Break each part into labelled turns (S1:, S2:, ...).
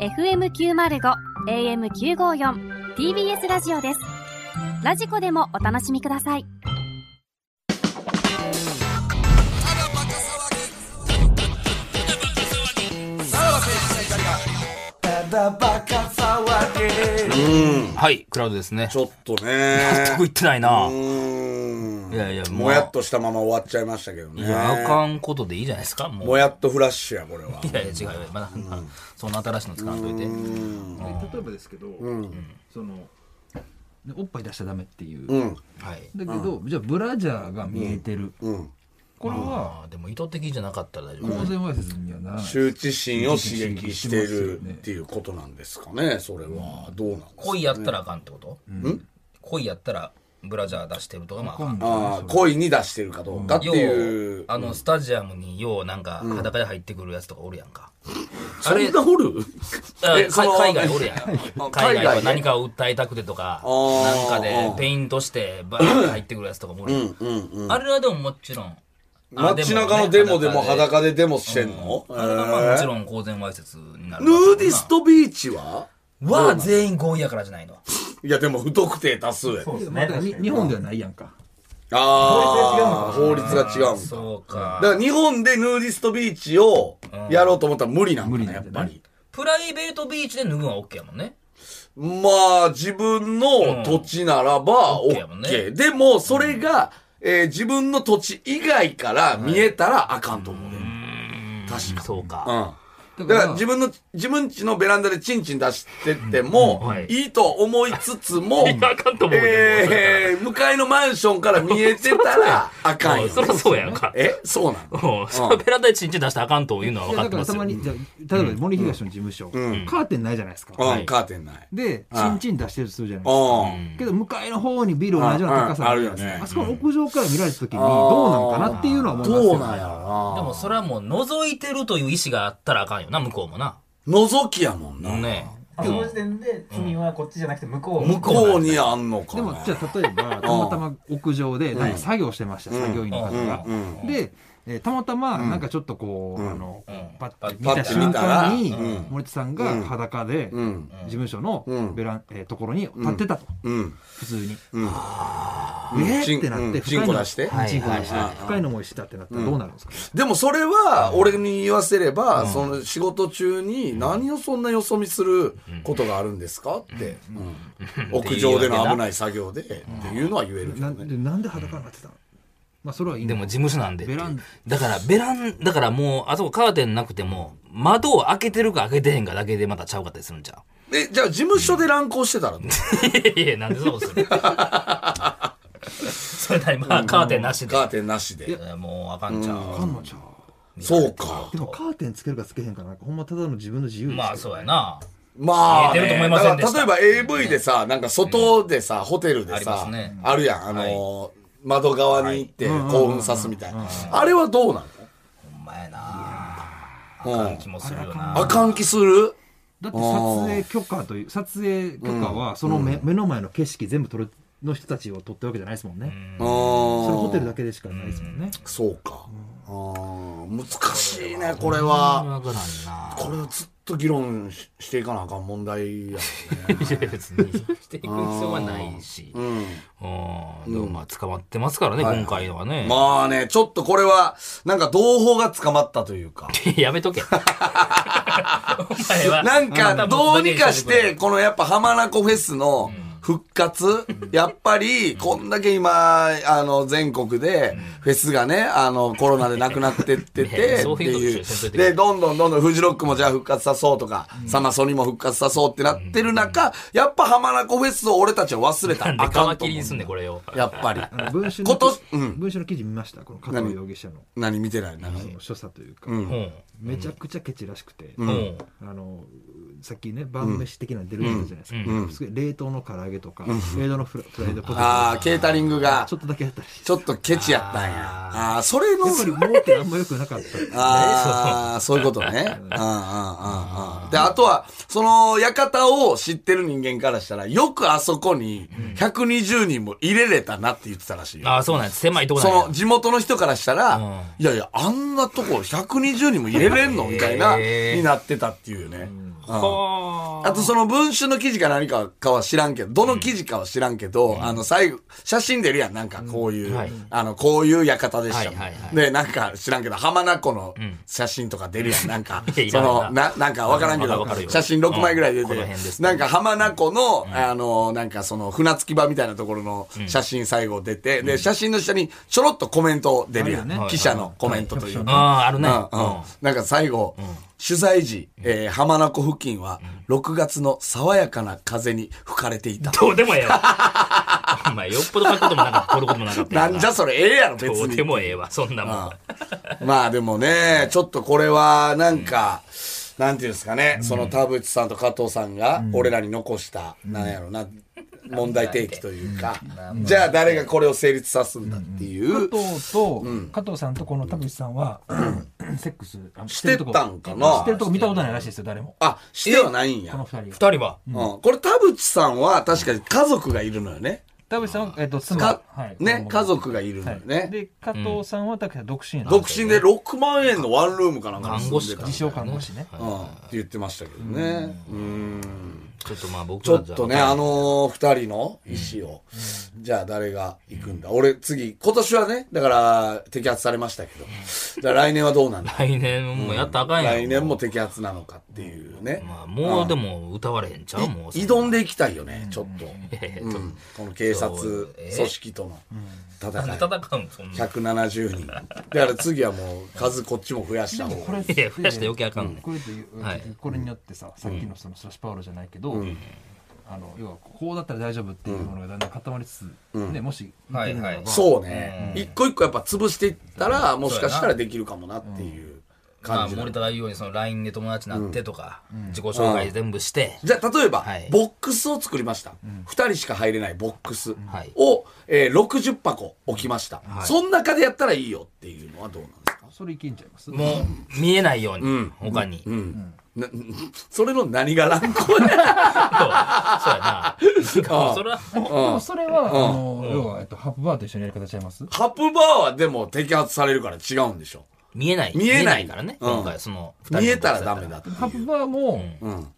S1: FM905 AM954 TBS ラジオですラジコでもお楽しみください
S2: うん
S3: はい、クラウドですね。
S2: ちょっとね
S3: 全く行ってないうな。
S2: ーん
S3: いやいやもう
S2: もやっとしたまま終わっちゃいましたけどね
S3: いや、あかんことでいいじゃないですか、もう。
S2: もやっとフラッシュやこれはい
S3: やいや、違うよ。まだ、そんな新しいの使わんといて。
S4: 例えばですけど、そのねおっぱい出しちゃダメっていう、
S2: うん
S3: はい。
S4: だけど、じゃあブラジャーが見えてる、
S2: うん
S4: これは
S3: あーでも意図的じゃなかったら大丈夫。
S4: 公然わいせつにはならない、
S2: 羞恥心を刺激してるっていうことなんですかねそれはどうなんですか
S3: 恋やったらあかんってこと恋やったらブラジャー出してるとか、まああかん。
S2: ああ恋に出してるかどうかって
S3: よ
S2: いう
S3: う、あの、スタジアムにようなんか裸で入ってくるやつとかおるやんか。あ
S2: そ
S3: れ
S2: ん、なおる
S3: あ
S2: えその
S3: 海外おるやん。海
S2: 海
S3: 外
S2: 外
S3: は
S2: ね
S3: 何かを訴えたくてとか、
S2: ー
S3: なんかでペイントしてバーって入ってくるやつとかもおるやん
S2: うんうん
S3: あれはでももちろん。あ
S2: 街中のデモでも
S3: で
S2: 裸でデモしてんの
S3: あれはまあもちろん公然わいせつになる。
S2: ヌーディストビーチは
S3: は全員合意やからじゃないの。
S2: いやでも不特定多数やで
S4: まだに日本ではないやんか
S2: ああ法律が違うんだ
S3: そうか
S2: だ。から日本でヌーディストビーチをやろうと思ったら無理なんだ
S4: 無理
S2: ね、
S4: な
S2: や
S4: ん
S2: っ
S4: じゃな
S2: ぱ
S4: い
S2: り。
S3: プライベートビーチで脱ぐのは OK やもんね。
S2: まあ、自分の土地ならば
S3: うん OK やもん
S2: OK。
S3: ね
S2: でも、それが、えー自分の土地以外から見えたらあかんと思うね。
S3: 確かそうか。
S2: うん。
S4: だ
S2: だから自分の、自分家のベランダでチンチン出してても、
S3: うんはい
S2: いいと思いつつ も、
S5: いやあかんと思うよ
S2: えー、向かいのマンションから見えてたらあか ん よ。
S5: そりゃそうやんか。
S2: えそうなの
S5: うんそのベランダでチンチン出したらあかんというのはい分
S4: や
S5: かっ
S4: だ
S5: てます
S4: からた
S5: よ
S4: ま。にじゃあ例えば森東の事務所、
S2: ん
S4: カーテンないじゃないですか、
S2: うん、カーテンない。
S4: で
S2: うん
S4: チンチン出してるとするじゃないですか、
S2: うん。
S4: けど向かいの方にビル同じような高さがあるじゃないです
S2: うんうんあるよね
S4: かあそこの屋上から見られた時にどうなんかなっていうのは思いますよ、ね、
S2: どうなんやろ
S3: でもそれはもう覗いてるという意思があったらあかんよな、向こうもな。
S2: な。覗きやもんな。
S3: ね
S6: その時点で罪はこっちじゃなくて向こう
S2: 向こうにあんのか
S4: で
S2: な。
S4: もじゃあ例えばたまたま屋上でなんか作業してました、作業員の方が、
S2: うんう
S4: で、えーたまたまなんかちょっとこう、あの
S3: ん
S4: パ
S3: パ
S4: ッ
S3: ッ
S4: て
S3: て
S4: 見た瞬間に
S2: パッて見たらうん
S4: 森田さんが裸で
S2: う
S4: 事
S2: ん。
S4: 務所の
S2: うん
S4: ベラン、えーところに立ってたと、
S2: うん。
S4: 普通に、
S2: ん
S4: え
S2: チ
S4: ー
S2: ン
S4: ってなって
S2: うん
S4: 深い
S2: チンコ
S4: の
S2: 出して
S4: うん
S2: はい
S4: チンコ出して
S2: はいはい
S4: 深いの思いしたってなったらどうなるんですか、
S2: でもそれは、俺に言わせれば、その仕事中に何をそんなよそ見することがあるんですかって。うん屋上での危ない作業でっていうのは言えるけど
S4: なん
S2: ね。
S4: でなんで裸になってたのまあそれはいいん
S3: で
S4: だ
S3: も事務所なんでっていう
S4: ベランダ
S3: だからベランだからもうあそこカーテンなくても窓を開けてるか開けてへんかだけでまたちゃうかったりするんちゃ
S2: え、じゃあ事務所で乱行してたらどう
S3: ういやいやなんでそうす るそれなりまあカーテンなしで
S2: カーテンなしで。
S3: もうあかんちゃう
S4: あんのじゃ
S2: そうか。
S4: でもカーテンつけるかつけへんかなんかほんまただの自分の自由ですよ
S3: まあそうやな
S2: まあ、
S3: 見えてると思いませんでした
S2: だから例えば AV でさ、なんか外でさ、ホテルで
S3: ありま
S2: さ
S3: すね、
S2: あるやん、あのー、窓側に行って興奮さすみたいな。あれはどうな
S3: ほんまやな
S2: のうん
S3: 気もするよな
S2: あかん気する
S4: だって撮影許可という撮影許可はその目,、目の前の景色全部撮るの人たちを撮ってるわけじゃないですもんね、
S2: うん。
S4: それホテルだけでしかないですもんね、
S2: そうか。あー難しいね、これは。
S3: わからんな
S2: これをずっと議論ししていかなあかん問題 やろね。
S3: いや別にしていく必要はないしうんでもまあ捕まってますからね今回はね
S2: まあね、ちょっとこれは、なんか同胞が捕まったというか。
S3: やめとけ。お前は
S2: なんか、どうにかして、、このやっぱ浜名湖フェスの復活、やっぱり、こんだけ今、あの、全国で、フェスがね、あの、コロナでなくなって って
S3: いや
S2: て、
S3: そう
S2: って
S3: い
S2: い
S3: うことでしょそういう
S2: う。
S3: 時
S2: で、どんどんどんどんフジロックもじゃあ復活さそうとか、サマソニも復活さそうってなってる中、やっぱ浜名湖フェスを俺たちは忘れた
S3: なん
S2: らあ
S3: で
S2: かん
S3: カ
S2: と
S3: 切
S2: 思
S3: り
S2: う
S3: にすんねんこれよ。
S2: やっぱり。
S4: あの文春
S2: 今
S4: の
S2: 年うん
S4: 文春の記事見ましたこの加藤容疑者の
S2: 何見てない何
S4: その所作というか、
S3: うん。うん。
S4: めちゃくちゃケチらしくて、
S3: うん。
S4: あのさっきね晩飯的なの出るじゃないですか、すごい冷凍の唐揚げとか、冷凍のフラフライドポ
S2: あ
S4: テトとか
S2: あ、ケータリングが
S4: ちょ、っとだけやったりして
S2: ちょっとケチやったんや。ああー、それの、
S4: やっぱり儲けあんま良くなかったっていう
S2: ああ、そういうことね。ああ、ああ、ああ。で、あとは、その、館を知ってる人間からしたら、よくあそこに120人も入れれたなって言ってたらしいよ。
S3: ああ、そうなんです。狭いとこな
S2: そ
S3: んや
S2: の地元の人からしたら、
S3: うん
S2: いやいや、あんなとこ120人も入れれんのみたいな、
S3: へー
S2: になってたっていうね。うん
S3: はあ。
S2: あとその文春の記事か何かかは知らんけど、どの記事かは知らんけど、あの最後、写真出るやん、なんかこういう、
S3: うんはい
S2: あの、こういう館でした、
S3: はいはいはい
S2: で、なんか知らんけど、浜名湖の写真とか出るやん、なんか
S3: いや、い
S2: そ
S3: らんな
S2: の、な、なんかわからんけ
S3: うん
S2: ど
S3: わかるわかる、よ
S2: 写真6枚ぐらい出
S3: うん
S2: て
S3: この辺で、すね
S2: なんか浜名湖の、あの、なんかその船着き場みたいなところの写真最後出て、で、写真の下にちょろっとコメント出るやん、
S7: あるよ
S3: ね
S2: 記者のコメントというか。
S3: ああ、あるね。
S2: うんうんなんか最後、取材時、えー浜名湖付近は6月の爽やかな風に吹かれていた。
S3: どうでもええわ。 お前、よっぽど書くこともなかった、取ることもなかった
S2: な
S3: や。
S2: んじゃそれええやろ別
S3: どう
S2: に
S3: で。もええわ、そんなもん。
S2: うんまあでもね、ちょっとこれはなんか、なんていうんですかね、その田淵さんと加藤さんが俺らに残した、なんやろな、問題提起というか、じゃあ誰がこれを成立さすんだっていう、
S4: 加藤と、加藤さんとこの田口さんは、セックスあの
S2: して
S4: とこ
S2: たんかな
S4: してるとこ見たことないらしいですよ誰も
S2: あ、してはないん
S4: この
S2: や。
S4: 二人
S3: 二人は。
S2: うん、これ田淵さんは確かに家族がいるのよね。
S4: 田口さんは、えっと妻
S2: か
S4: はい
S2: ね、家族がいるの
S4: は
S2: よ
S4: い
S2: ね。
S4: で加藤さんは私は独身なんで
S2: 独身で6万円のワンルームかなんかに
S3: 看
S2: 住
S3: 護
S2: んで
S3: 師
S2: た
S3: か。
S2: ん
S4: 自
S2: だ
S4: 称看護師ね
S3: はい
S2: うんって言ってましたけどね。うん
S3: ちょっとまあ僕
S2: ちょっとね、あ
S3: の、
S2: のー、二人の意思を、じゃあ誰が行くんだ。俺、次、今年はね、だから、摘発されましたけど、じゃあ来年はどうなんだ。
S3: 来年もやったらあかんやん。
S2: 来年も摘発なのかっていうね。
S3: まあ、もうでも歌われへんちゃうもう。
S2: 挑んでいきたいよね、ちょっと。うんこの警察
S3: そうえ
S2: 組織との
S3: なんで
S2: 戦い。
S3: 戦うんそんな。
S2: 170人。だから次はもう、数こっちも増やした方がいい。
S3: いや、増やして余計あかんね。
S4: これっていう
S3: はい
S4: これによってさ、さっきのそのスラッシュパウロじゃないけど、あの要はこうだったら大丈夫っていうものがだんだん固まりつつ、ねもし
S3: は
S4: 見てるのが
S2: そうね、一個一個やっぱ潰していったら、もしかした
S3: そうや
S2: ら
S3: な
S2: できるかもなっていう
S3: まあ、
S2: 感じだ、
S3: 森田が言うように、その LINE で友達になってとか、自己紹介全部して、
S2: じゃあ例えば、
S3: はい
S2: ボックスを作りました、二2人しか入れないボックス
S3: はい
S2: を、えー60箱置きました、
S3: はい
S2: その中でやったらいいよっていうのはどうなんですか、
S4: それいけんちゃいます
S3: もう見えないように、
S2: ん
S3: 他に。
S2: うんな それの何がランクや
S3: そうそうやな。
S2: あ
S3: それは、
S4: でもそれは、あの要は、えっと、ハップバーと一緒にやり方ちゃいます
S2: ハプバーはでも摘発されるから違うんでしょ
S3: 見えない。
S2: 見えない
S3: からね。
S2: うん
S3: 今回、その、二人の
S2: 見えたらダメだっていう
S4: ハップバーも、
S2: うん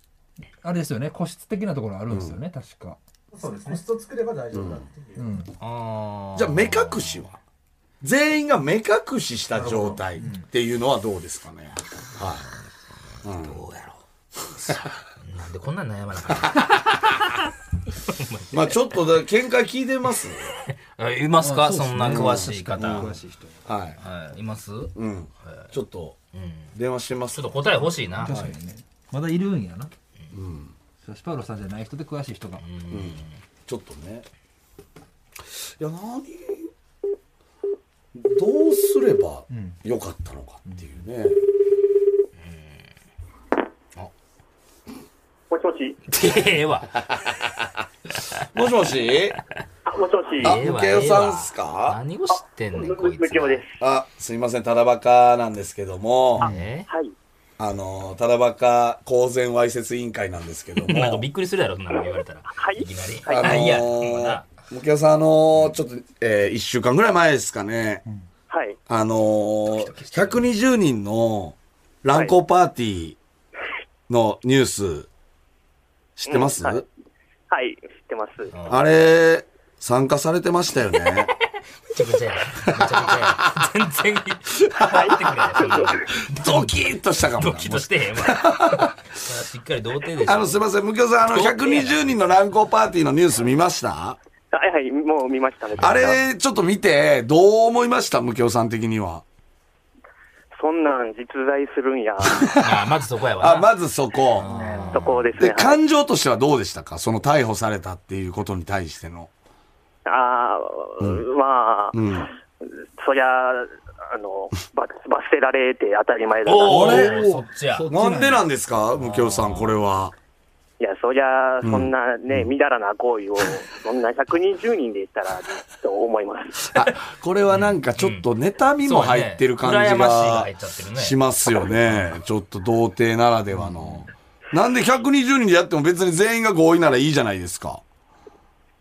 S4: あれですよね個室的なところあるんですよね、確か
S8: そうですね。コスト作れば大丈夫だっていう。
S3: あー
S2: じゃあ目隠しは全員が目隠しした状態っていうのはどうですかね、はい
S3: どうやろう。なんでこんなん悩まなかった
S2: まあちょっとだ見解聞いてます。
S3: あいますか
S4: あそう
S3: そ
S4: です
S3: ん
S4: ね
S3: な詳しい方。
S7: 詳しい人
S2: はい。
S3: はいいます
S2: うん。ちょっと電話してま
S3: ちょ
S2: す
S3: っ。と答え欲しいな。
S4: 確かにねまだいるんやな、スラッシュパウロさんじゃない人で詳しい人が、
S2: ちょっとね。いや何どうすればよかったのかっていうね。
S9: もしもし。
S3: ええわ。
S2: もしもし。
S9: あ、もしもし。
S2: あ
S3: ええわ
S2: ムケオさんっす
S3: ええ
S2: か
S3: わ何を知ってんねん、こいつ。
S9: むきおです。
S2: あすいませんただバカなんですけどもあ
S3: え
S9: はい。
S2: のただバカ公然わいせつ委員会なんですけども。
S3: なんかびっくりするやろ、そんなの言われたら。
S9: はい
S3: いきなり。
S9: はい
S3: あいや、もう
S2: の
S3: な
S2: ムケオさんあのちょっとえ1週間ぐらい前ですかね。
S9: はい。
S2: あのー、120人の乱交パーティーのニュース、知ってます、
S9: うんはいはい。知ってます。
S2: あれ、参加されてましたよね。
S3: めちゃくちゃや。めちゃくちゃや。全然、入ってくれない、そんなの。
S2: ドキッとしたかも
S3: ド
S2: な。
S3: キッとしてへんわ。まだしっかり童貞でしょ。
S2: あの、すいません、無教さん、あの、120人の乱交パーティーのニュース見ました
S9: はいはい。もう見ましたね。
S2: あれ、ちょっと見て、どう思いました無教さん的には。
S9: そんなん実在するん や。
S3: まあ、まずそこやわな。
S2: あ、まずそこ。
S9: とこです
S2: で、
S9: ね。はい
S2: 感情としてはどうでしたかその逮捕されたっていうことに対しての。
S9: ああ、まあ、
S2: ん
S9: そりゃ、あの、ば罰せられて当たり前だな。
S3: おー
S2: あれ
S3: そっちや。
S2: なんでなんですか無教さん、これは。
S9: いや、そりゃ、そんなね、みだらな行為を、そんな120人で言ったら、と思います。
S2: あこれはなんかちょっと妬みも入ってる感じ
S3: そうね羨ましいが入
S2: が
S3: っちゃってるね
S2: しますよね。ちょっと童貞ならではの。なんで120人でやっても別に全員が合意ならいいじゃないですか。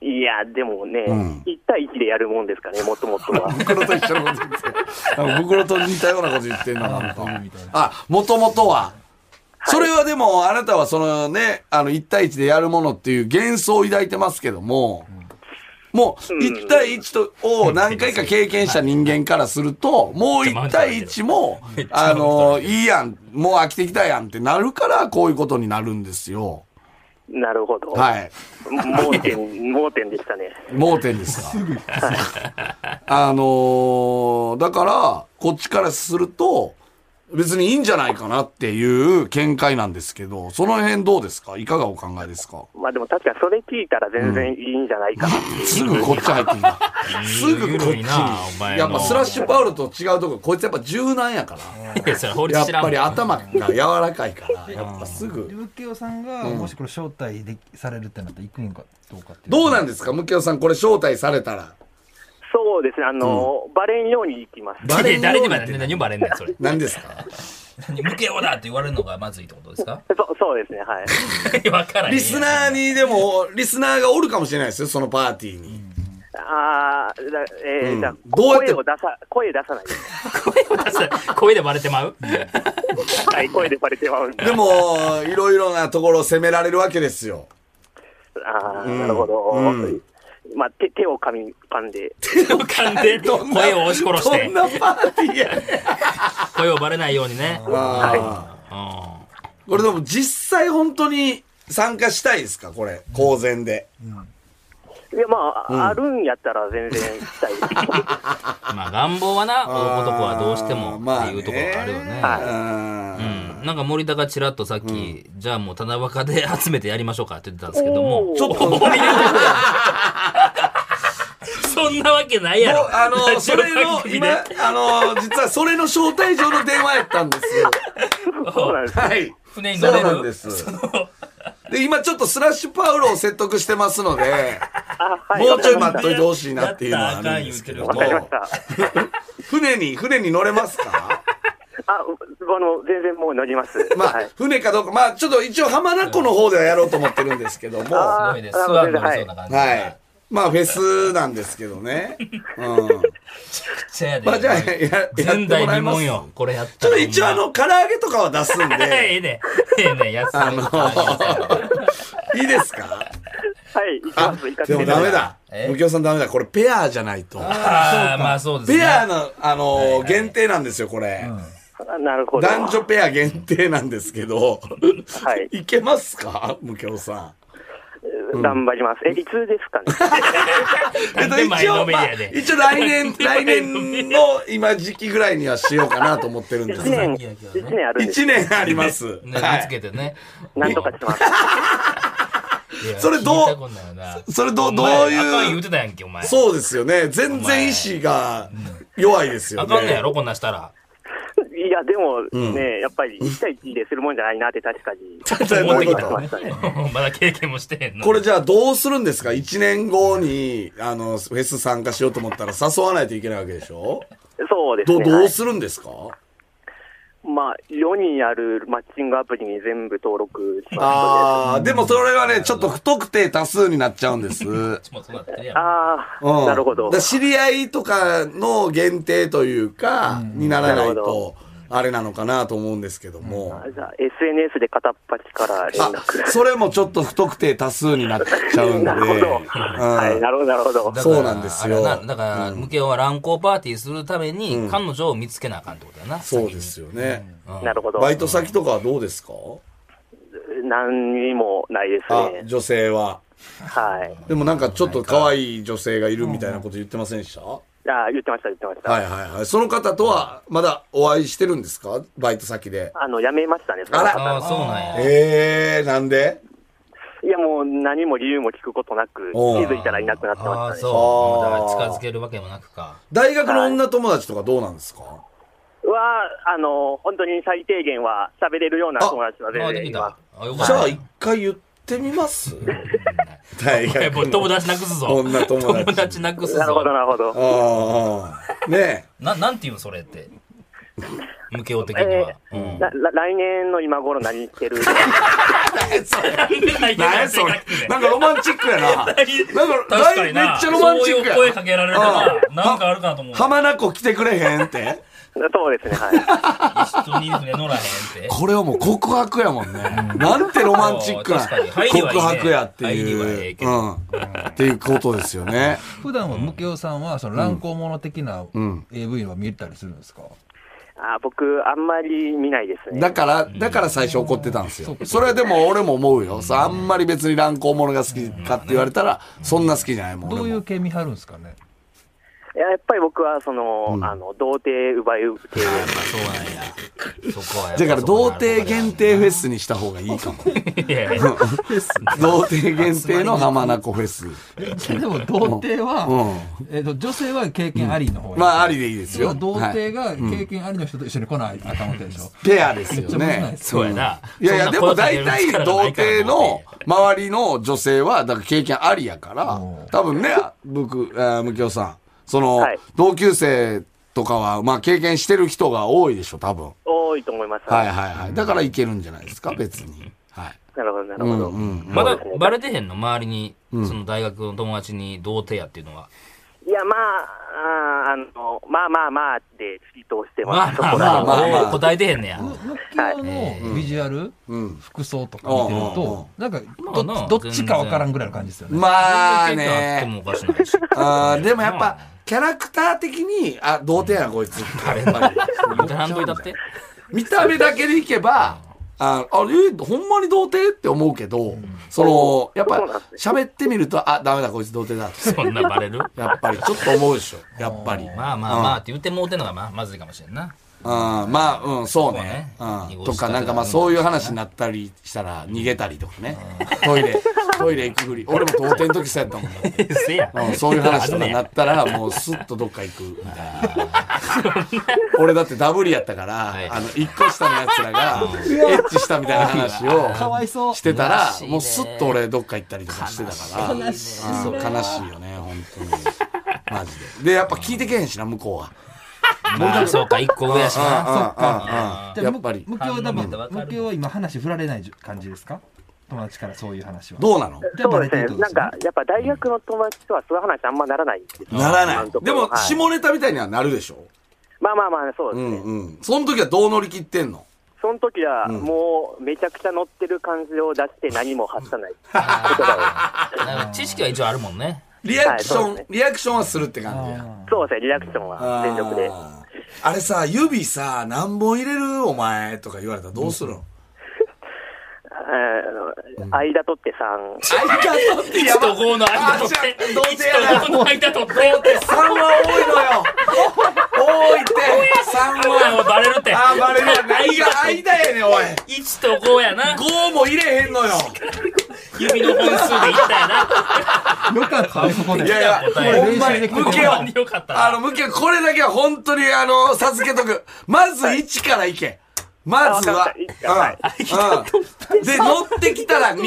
S9: いや、でもね、1対1でやるもんですかね、もとも とは。
S2: 袋と一緒のこと言って。なんか袋と似たようなこと言ってんな、なんか。あ、もともとは。それはでも、あなたはそのね、あの、1対1でやるものっていう幻想を抱いてますけども、もう、1対1と、を何回か経験した人間からすると、もう1対1も、あの、いいやん、もう飽きてきたやんってなるから、こういうことになるんですよ。
S9: なるほど。
S2: はい。
S9: 盲点、盲点でしたね。
S2: 盲点ですか。あのーだから、こっちからすると、別にいいんじゃないかなっていう見解なんですけど、その辺どうですかいかがお考えですか
S9: まあでも確かにそれ聞いたら全然いいんじゃないかなっていう
S2: すぐこっち入ってきた。すぐこっち
S3: 緩い
S2: に。
S3: なお前の
S2: やっぱスラッシュパウルと違うとこ、こいつやっぱ柔軟やから。
S3: いやそれ法律
S2: やっ
S3: 知らん
S2: ぱ
S3: もん
S2: り頭が柔らかいから、やっぱすぐ。
S4: ルケオさんがもしこれ招待できされるってなったら行くんかどうかっていう
S2: どうなんですかムキオさん、これ招待されたら。
S9: そうですね、あの、バレんように行きます。
S3: いや誰にも何もバレんねん、それ。
S2: 何ですか
S5: 何向けようだって言われるのがまずいってこと ですか
S9: そそうですね、はい。
S5: わからへんやん。
S2: リスナーにでも、リスナーがおるかもしれないですよ、そのパーティーに。
S9: ああ、だえー
S2: うん
S9: じゃあ
S2: どうやって
S9: 声を出さ、声出さないです。
S3: 声でバレてまう
S9: はい、声でバレてまうん で。
S2: でも、いろいろなところを責められるわけです よ。
S9: ああ、なるほど。
S2: うん
S9: まあ、手、手を噛み、噛んで。
S3: 噛んで、 声を押し殺し
S2: どん
S3: て、
S2: なパーティーやねん
S3: 声をバレないようにね。
S2: あーこれでも実際本当に参加したいですかこれ、公然で。
S9: いや、まあ、あるんやったら全然したい。
S3: まあ願望はな、男はどうしてもっていうところがあるよね。
S2: あー
S3: うん、なんか森田がちらっとさっき、じゃあもう七夕で集めてやりましょうかって言ってたんですけども、
S2: ちょっと、 もう
S3: そんなわけないやろ。
S2: あの、
S3: ラジオ
S2: それ
S3: 番
S2: の、
S3: 組
S2: 今
S3: で、
S2: あの、実はそれの招待状の電話やったんです よ。
S9: そうなんです。
S2: はい。
S5: 船に
S2: そ
S5: 乗
S2: う
S5: れる。
S2: なんです。で、今ちょっとスラッシュパウロを説得してますので、
S9: あ、はい。
S2: もうちょい待っといてほしいなっていうのはあるんですけども
S9: わかりました。
S2: 船に、船に乗れますか
S9: あ、うあの、全然もう乗ります。
S2: ま
S9: は
S2: あ
S9: い。、
S2: 船かどうか、まあ、ちょっと一応浜名湖の方ではやろうと思ってるんですけども、
S9: あ
S5: す
S2: は
S5: ごいね。スワン乗りそうな感じ。
S2: い。まあ、フェスなんですけどね。うん。
S5: ちゃやで。
S2: まあ、じゃあ、や、やって
S3: 前
S2: も
S3: 代
S2: らい
S3: 未
S2: ます。
S3: 聞
S2: ちょ
S3: よ、これやった
S2: っ
S3: ら
S2: と一 応、あの、唐揚げとかは出すん
S3: ほんまえ
S2: で、
S3: えね。ええね、やつ。
S2: あの、 いいですか
S9: はい、行き
S2: あ
S9: ます。行
S2: で
S9: か、せて
S2: もダ
S9: いただき
S2: メ
S9: ます。
S2: だ。無教さんダメだ。これ、ペアじゃないと。
S5: ああ、まあそうですね。
S2: ペアの、あの、限定なんですよ、これ。
S9: あなるほど。
S2: 男女ペア限定なんですけど、
S9: はい。
S2: いけますか無教さん。
S9: 頑張ります。え、いつですかね。
S2: えっと、
S3: 前
S2: 一
S3: の
S2: 応、
S3: め
S2: ま
S3: り
S2: あ
S3: やで、
S2: 一応来 年、来年の今時期ぐらいにはしようかなと思ってるんです
S9: 一
S2: が。
S9: 年、一年あるんです。
S2: 一年あります。
S5: ね、
S2: は
S5: 見つ
S2: い。
S5: けてね。
S9: なんとかします。
S5: いや
S2: それどう
S5: 聞いたことないよな
S2: それどう、どう
S5: お前あかん
S2: い
S5: 言
S2: う
S5: う、てたやんけ、お前。
S2: そうですよね。全然意志が弱いですよ
S5: あかんねや
S2: ね。
S5: ろ、こんなんした ら。
S9: いや、でもね、やっぱり1対1でするもんじゃないなって確かに。
S2: どういうこ
S9: 思い
S2: と
S9: ましたね。
S5: まだ経験もしてへんの。
S2: これじゃあどうするんですか一年後に、あの、フェス参加しようと思ったら誘わないといけないわけでしょ
S9: そうです
S2: ど、
S9: ね。
S2: ど
S9: は
S2: う
S9: い
S2: するんですか
S9: まあ、世にあるマッチングアプリに全部登録しま
S2: ああ、でもそれはね、ちょっと不特定多数になっちゃうんです。
S5: もうそうなってるや
S9: す。
S5: ん。
S9: ああ
S2: う
S9: ー、
S2: ん
S9: なるほど
S2: だか。ら知り合いとかの限定というか、にならない
S9: なるほ
S2: と、あれなのかなと思うんですけども。
S9: じゃあ、SNS で片っ端から連
S2: あ
S9: 絡。、
S2: それもちょっと不特定多数になっちゃうんで。
S9: なるほど。はい、なるほど、なるほど。
S5: だから
S2: そうなんですよ
S5: あれやなだから、ムケオは乱交パーティーするために、彼女を見つけなあかんってことやな。
S2: そうですよね。
S9: なるほど。
S2: バイト先とかはどうですか
S9: 何にもないです
S2: あ、
S9: ね。
S2: 女性は。
S9: はい。
S2: でもなんかちょっと可愛い女性がいるみたいなこと言ってませんでしたは
S9: あ言ってました、言ってました。
S2: いはいはい。その方とはまだお会いしてるんですかバイト先で。
S9: あの、辞めましたね、その
S2: あら
S5: ああ、そうなんや。
S2: ええー、なんで
S9: いや、もう何も理由も聞くことなく、気
S2: おう
S9: づいたらいなくなって
S5: ああ、
S9: ましたね。
S5: そう。
S2: あー
S5: まだ近づけるわけもなくか。
S2: 大学の女友達とかどうなんですか、
S9: は、あの、本当に最低限は喋れるような友達
S5: あ
S9: は
S5: あ、
S9: 全
S5: で
S9: 然
S5: き
S9: い
S5: た
S9: ま。
S5: あ、よかっ
S2: じ
S5: た。
S2: ゃあ一回言ってみます大
S5: いやも
S2: 学
S5: う友
S2: の
S5: 達なくすぞ。
S2: 女友
S5: 友
S2: 達
S5: 達なくす
S9: す。なるほど、
S5: ぞ。
S9: なるほど。
S2: ああね
S5: な、なんて言うのそれって。
S3: 向けよう的には。う ん
S9: らら来年の今頃何してる
S2: 何やそれなんかロマンチックやな。なんか、
S3: 確か
S2: め
S3: に
S2: っ
S3: な。
S2: ちゃロマンチッ
S3: そう
S2: ク
S3: いう声
S2: や。
S3: かけられるとか、なんかあるかなと思う。
S2: 浜名湖来てくれへんって。
S9: そうですね、は
S3: 一
S9: い。
S3: 緒に船乗らへんって。
S2: これはもう告白やもんね。なんてロマンチックな
S3: 確かに入りはいい
S2: 告
S3: ね
S2: 白やってい
S3: 入りはええ
S2: う。
S3: け
S2: う
S3: ど
S2: ん。っていうことですよね。
S4: 普段はムケオさんはその乱行者的な AV は見れたりするんですか、
S9: あ僕、あんまり見ないですね。
S2: だから、だから最初怒ってたんですよ。それはでも俺も思うよ。さあんまり別に乱行者が好きかって言われたら、そんな好きじゃないもん。
S4: どう
S2: 俺
S4: い
S2: も
S4: う系見張るんですかね
S9: いややっぱり僕は、その、あの、童貞奪い受け、
S3: そうなんや。そこはやっぱ
S2: だから童貞限定フェスにした方がいいかも。
S3: いやいや
S2: 童貞限定の浜名湖フェス。
S4: でも童貞は、
S2: う
S4: えっと女性は経験ありの方、
S2: ん。まあ、ありでいいです
S4: 要は
S2: よ。
S4: 童
S2: はい
S4: 貞が経験ありの人と一緒に来ないアカウントでしょ、
S2: ペアですよ
S4: めっちゃむずない
S2: ね
S4: で。す
S3: そうやな。
S2: いやいや、でも大体
S3: そんな
S2: 童
S3: 声かけれ
S2: 貞
S3: る力はない
S2: の
S3: か
S2: 周りの女性は、だから経験ありやから
S4: うん、
S2: 多分ね、僕、えーむきおさん、その
S9: はい、
S2: 同級生とかは、まあ経験してる人が多いでしょ、多分。
S9: 多いと思います。
S2: はいはいはい。だからいけるんじゃないですか、別に。はい。
S9: なるほど、なる
S2: う
S9: ほ
S2: ん
S9: ど。
S2: うん。
S3: まだバレてへんの周りに、その大学の友達に童貞やっていうのは。
S9: いや、まあ、あーあの、まあまあまあで、突き通して
S3: ま
S9: ま
S3: あ
S9: す。
S3: まあ
S9: そこ
S3: ま
S9: ら
S3: あ
S9: 辺
S2: まあまあ
S3: まあ、答えてへんねや。
S4: ムケオのビジュアル、
S2: うん
S4: 服装とか見てると、なんかど,、
S3: まあな
S4: どっちかわからんぐらいの感じですよね、
S2: まあ
S3: あって
S2: ね。
S3: もおかしないし。
S2: あーでもやっぱ、キャラクター的に、あ、童貞やな、こいつって。
S3: 言ってはんといたって。
S2: 見た目だけでいけば、ああれ、ほんまに童貞って思うけど、その、やっ
S9: そうなん
S2: ぱ
S9: で、
S2: 喋ってみると、あ、ダメだ、こいつ童貞だって。
S3: そんなバレる
S2: やっぱり、ちょっと思うでしょ。 やっぱり。
S3: まあまあまあって言ってもうてんのがまあまずいかもしれんな。
S2: うん、まあ、うん、そう
S3: そう
S2: ね
S3: ね。
S2: うん。とか、なんかまあ、そういう話になったりしたら、逃げたりとかね。トイレ、トイレ行くふり。俺も童貞の時そうやったもんね。
S3: せや。
S2: うんそういう話とか
S3: あんね
S2: に
S3: や
S2: なったら、もうスッとどっか行くみたいな。 俺だってダブリやったから
S3: い、
S2: あの、一個下のやつらが、エッチしたみたいな話を
S10: そ
S2: してたら
S3: 悲しい、ね
S2: もうスッと俺どっか行ったりとかしてたから、うんそう悲しいよね、本当に。マジで。で、やっぱ聞いてけへんしな、向こうは。
S3: まあそうか、一個上やしな。
S2: ああああああ
S4: じゃ
S2: や
S4: あ
S2: っぱり。
S4: ムケオ多
S3: 反応見てわ
S4: 分
S3: かる
S4: ムケオは今話振られない感じですか友達からそういう話は
S2: どうなの
S4: じゃあ
S9: そ
S4: バ
S9: う
S4: レてる
S9: で
S4: っ
S9: す
S4: て
S9: ね。
S4: ことで
S9: なん
S4: すね
S9: か、やっぱ大学の友達とはそういう話あんまならないんですよ
S2: ならな
S9: 今
S2: い
S9: のと。こ
S2: で
S9: ろ
S2: も、
S9: はい
S2: 下ネタみたいにはなるでしょ
S9: まあまあまあ、そう
S2: う
S9: ですね。
S2: んうん。その時はどう乗り切ってんの
S9: その時は、もう、めちゃくちゃ乗ってる感じを出して何も発さない言葉
S3: なんか知識は一応あるもんね。
S2: リアクシ
S9: はいそう
S2: ョン
S9: ですね、
S2: リアクションはするって感じや。
S9: を。そうですね、リラクションは全力で。
S2: あーあれさ、指さ、何本入れるお前とか言われたらどうするの
S9: えーあの間取って3。
S2: 間取ってや
S3: 一
S2: ば
S3: と五の間取っ
S2: あじ
S3: て
S2: ゃあ童、
S3: 一
S2: 貞やな
S3: と五の間取って、
S2: 3は多いのよ多いって !3
S3: もう
S2: は
S3: バレるって。
S2: あー、バレるわ何が間やねん、おい
S3: 一と五やな。
S2: !5 も入れへんのよ
S3: 指の本数でいったやな。
S4: よかったねそこで
S2: いやいや、
S3: 答え
S2: ほんまに、
S3: ほ
S2: 向けよ
S3: んまによかったな
S2: あの、向けよこれだけは本当に、あの、授けとく。まず1からいけ。まずは
S9: あわかりました一から、
S2: うんうん。で、乗ってきたら2。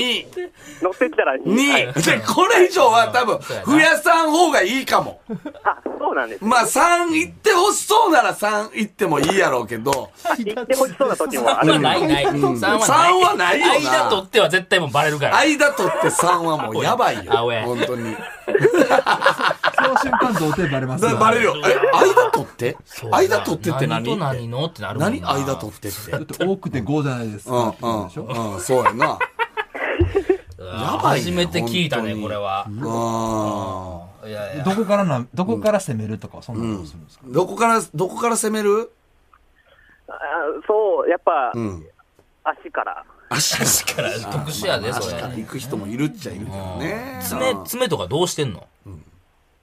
S9: 乗ってきたら
S2: に、
S9: 2。
S2: で、これ以上は多分、増やさん方がいいかも。
S9: あ、そうなんです。
S2: まあ、3行ってほしそうなら3行ってもいいやろうけど、
S9: 行ってほしそうな時もあ
S3: まあ
S9: る。
S3: ないない。3
S2: 3
S3: は
S2: は
S3: な
S2: ない
S3: い。
S2: よな
S3: 間取っては絶対もうバレるから。
S2: 間取って3はもうやばいよ。
S3: あおい
S2: 本当 に。
S4: その瞬間童貞バレます
S2: だ
S4: よ
S2: バレるよ。え、間取って
S3: そうだ
S2: 間取ってって何
S3: 何と何のってなるもん
S2: 何
S3: な
S2: 間取ってって。
S4: だって多くて5じゃないです
S2: うん、う
S4: か
S2: ん、
S4: ってことでしょ
S2: うん、そうやな。やばいね
S3: 初めて聞いた
S2: 本当
S3: ね
S2: に
S3: これは
S2: う
S3: いやいや
S4: どこからなどこから攻めるとかそんなことするんですか、
S2: ん。どこから、どこから攻める
S9: あそう、やっぱ、
S2: ん
S9: 足から。
S2: 足から。
S3: 特殊やでそ
S2: 足
S3: れ
S2: から行く人もいるっちゃいるからね。
S3: 爪爪とかどうしてん の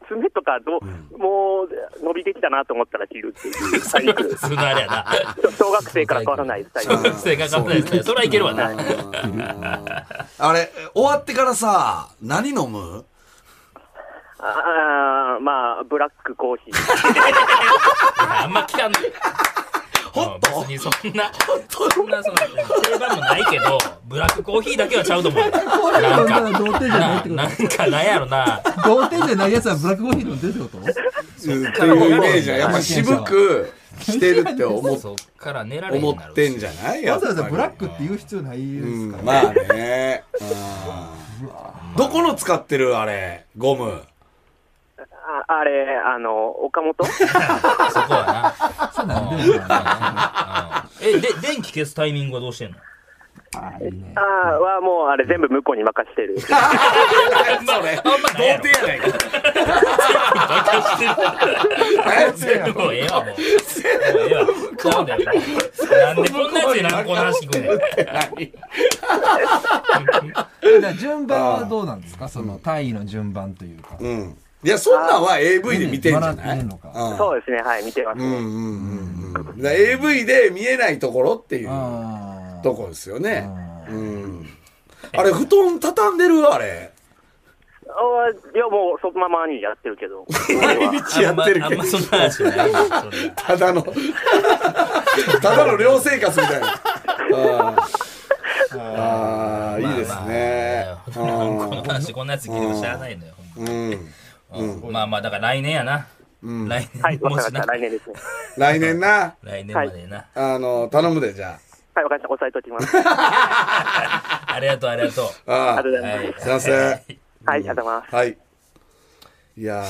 S9: 爪とかどう、もう伸びてきたなと思ったら切るっていうスタイル。
S3: 普通のあれやな
S9: 小学生から変わらないスタイル。
S3: 性格がないですねそれはいけるわな
S2: あれ、終わってからさ、何飲む
S9: あーまあ、ブラックコーヒー。
S3: あんま聞かんねほっと別にそんなそんなその定番もないけどブラックコーヒーだけはちゃうと思うなん
S4: そんな
S3: か
S4: 童貞じゃないってこ
S3: ななんかなんやろな
S4: と童貞じゃないやつはブラックコーヒー飲んでるってこと
S2: っていうイメージはやっぱ渋くしてるって思っ
S5: そっから寝られへん
S2: 思
S5: なる
S2: ってんじゃないや
S4: わ
S2: っぱ
S4: ざ
S2: り
S4: わざブラックって言う必要ないですから、
S2: うん、まあね。うんどこの使ってるあれ、ゴム。
S9: ああれ、あの、岡本
S5: そこは
S4: そうなんでもない
S5: な。
S3: え、で、電気消すタイミングはど うしてんの
S9: あーはもうあれ全部向こうに任してる。
S2: それ、童貞やないか。
S3: 全部もうええわ、もう。もうええわ。そうだよ。なんでこんなやつに何個話聞くねん。
S4: うんだから順番はどうなんですかその単位の順番というか、
S2: うん。いや、そんなんは AV で見てんじゃ
S4: 笑っ
S2: ない
S4: て
S2: うんん
S4: のか
S9: そうですね、はい、見てます。
S2: うんうんうん。だから AV で見えないところっていう
S4: あー
S2: とこですよね。うん。あれ、布団畳んでるあれ。
S9: あーいや、もうそのままにやってるけど。
S2: 毎日やってる
S3: あん
S2: けど
S3: ま あんま、そんな話ないよ。それ
S2: ただ の、ただの寮生活みたいな。あーあー、いいですね。
S3: この話こんなやつ聞いても知らないのよ。
S2: うん。
S3: ほんままあまあ、だから来年やな。来
S9: はい、
S3: 年、
S9: わ
S3: も
S9: か
S3: し
S9: りました。
S3: な。
S9: 来年ですね。
S2: 来年な、
S3: 来年までな。
S2: あの、頼むで、じゃ
S9: はい、わかりました。押さえときます。あ
S3: ありがとう、ありがと
S2: あ。ああ
S9: りがとうございま
S3: はい
S2: すいません。
S9: す。はい、ありがとうございます。
S2: はい。いや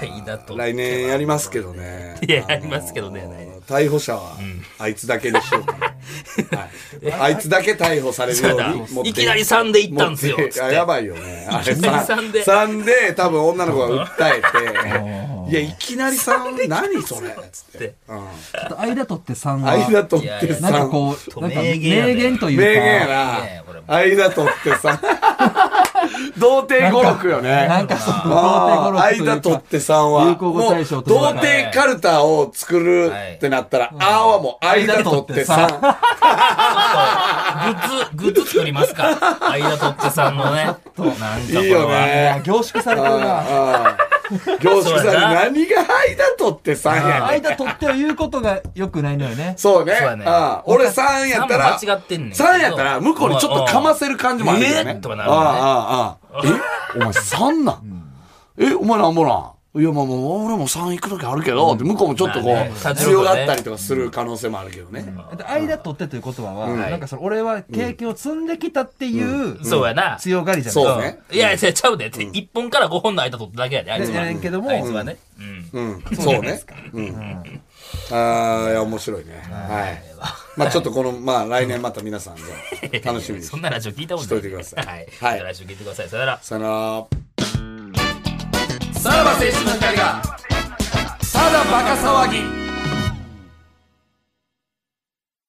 S2: ー
S3: いだと
S2: 来年やりますけどね。
S3: いや
S2: あのー
S3: やりますけどね来年
S2: 逮捕者は、あいつだけにしよう かな。はい。あいつだけ逮捕されるように持っ
S3: う。
S2: て。
S3: いきなり3で行ったんすよ。
S2: 持って
S3: つっ
S2: あ
S3: て
S2: やばいよね。あれ
S3: いきなり
S2: さ
S3: 三で
S2: 3で、多分女の子が訴え て、いや、いきなり3、何それつって。
S3: って。
S4: ちょっと間取って3は
S2: 間取って
S3: いやいや
S4: なんか
S2: 3。
S4: こう、なんか
S3: 名
S4: 名
S3: 言やね
S4: 言というか、
S2: 名言や
S3: ねこれも
S2: な。間取って さ。童貞語録よね。
S4: なんかその
S2: ああ、
S4: 童貞語録というか
S2: 間取ってさんは、
S4: 流行語大賞と
S2: もう童
S4: か
S2: 貞カルタを作るってなったら、ああはもう間取ってさん。
S3: グッズ、グッズ作りますか。間取ってさんのね。なんかこ れ
S2: いいよ
S3: は。
S4: いや
S2: ね。
S4: 凝縮されてるな。
S2: ああ凝縮さ
S3: そう
S2: れ
S3: やな
S2: 何が間取ってさんやねん。
S4: 間取ってを言うことが良くないのよね。
S2: そうね。
S3: そうやね
S2: ああ俺3やったら、
S3: 三も間違ってんねんけど
S2: 3やったら、向こうにちょっとかませる感じもあるよ
S3: え
S2: ね。
S3: ーとかなる
S2: あ
S3: よね
S2: あ、ああ、ああ。え、お前3なんえ、お前なんぼなんいや、まあまあ、俺も3行くときあるけど、で向こうもちょっとこ
S3: まあね
S2: う、強がったりとかする可能性もあるけどね。
S4: 間取ってという言葉は、なんかその俺は経験を積んできたっていう
S3: そうやな。
S4: 強がりじゃ
S2: そ
S4: な
S2: う
S4: い
S2: ね。
S3: いや、いやちゃうで。1本から5本の間取っただけやで、あい
S4: です
S3: つ
S4: か。
S3: は
S4: や。ねんけども、
S3: あいつはね。うん。
S2: うん、そうね。うん。ああ、いや、面白いね。はい。まあちょっとこの、まあ来年また皆さん、じゃあ楽しみに
S3: そんなラジオ聞いたことな
S2: し
S3: い。
S2: といてください
S3: はい。
S2: はい
S3: じゃあ来週聞いてください。さよなら。
S2: さよなら。
S3: さらば青春の光が、ただバカ騒ぎ。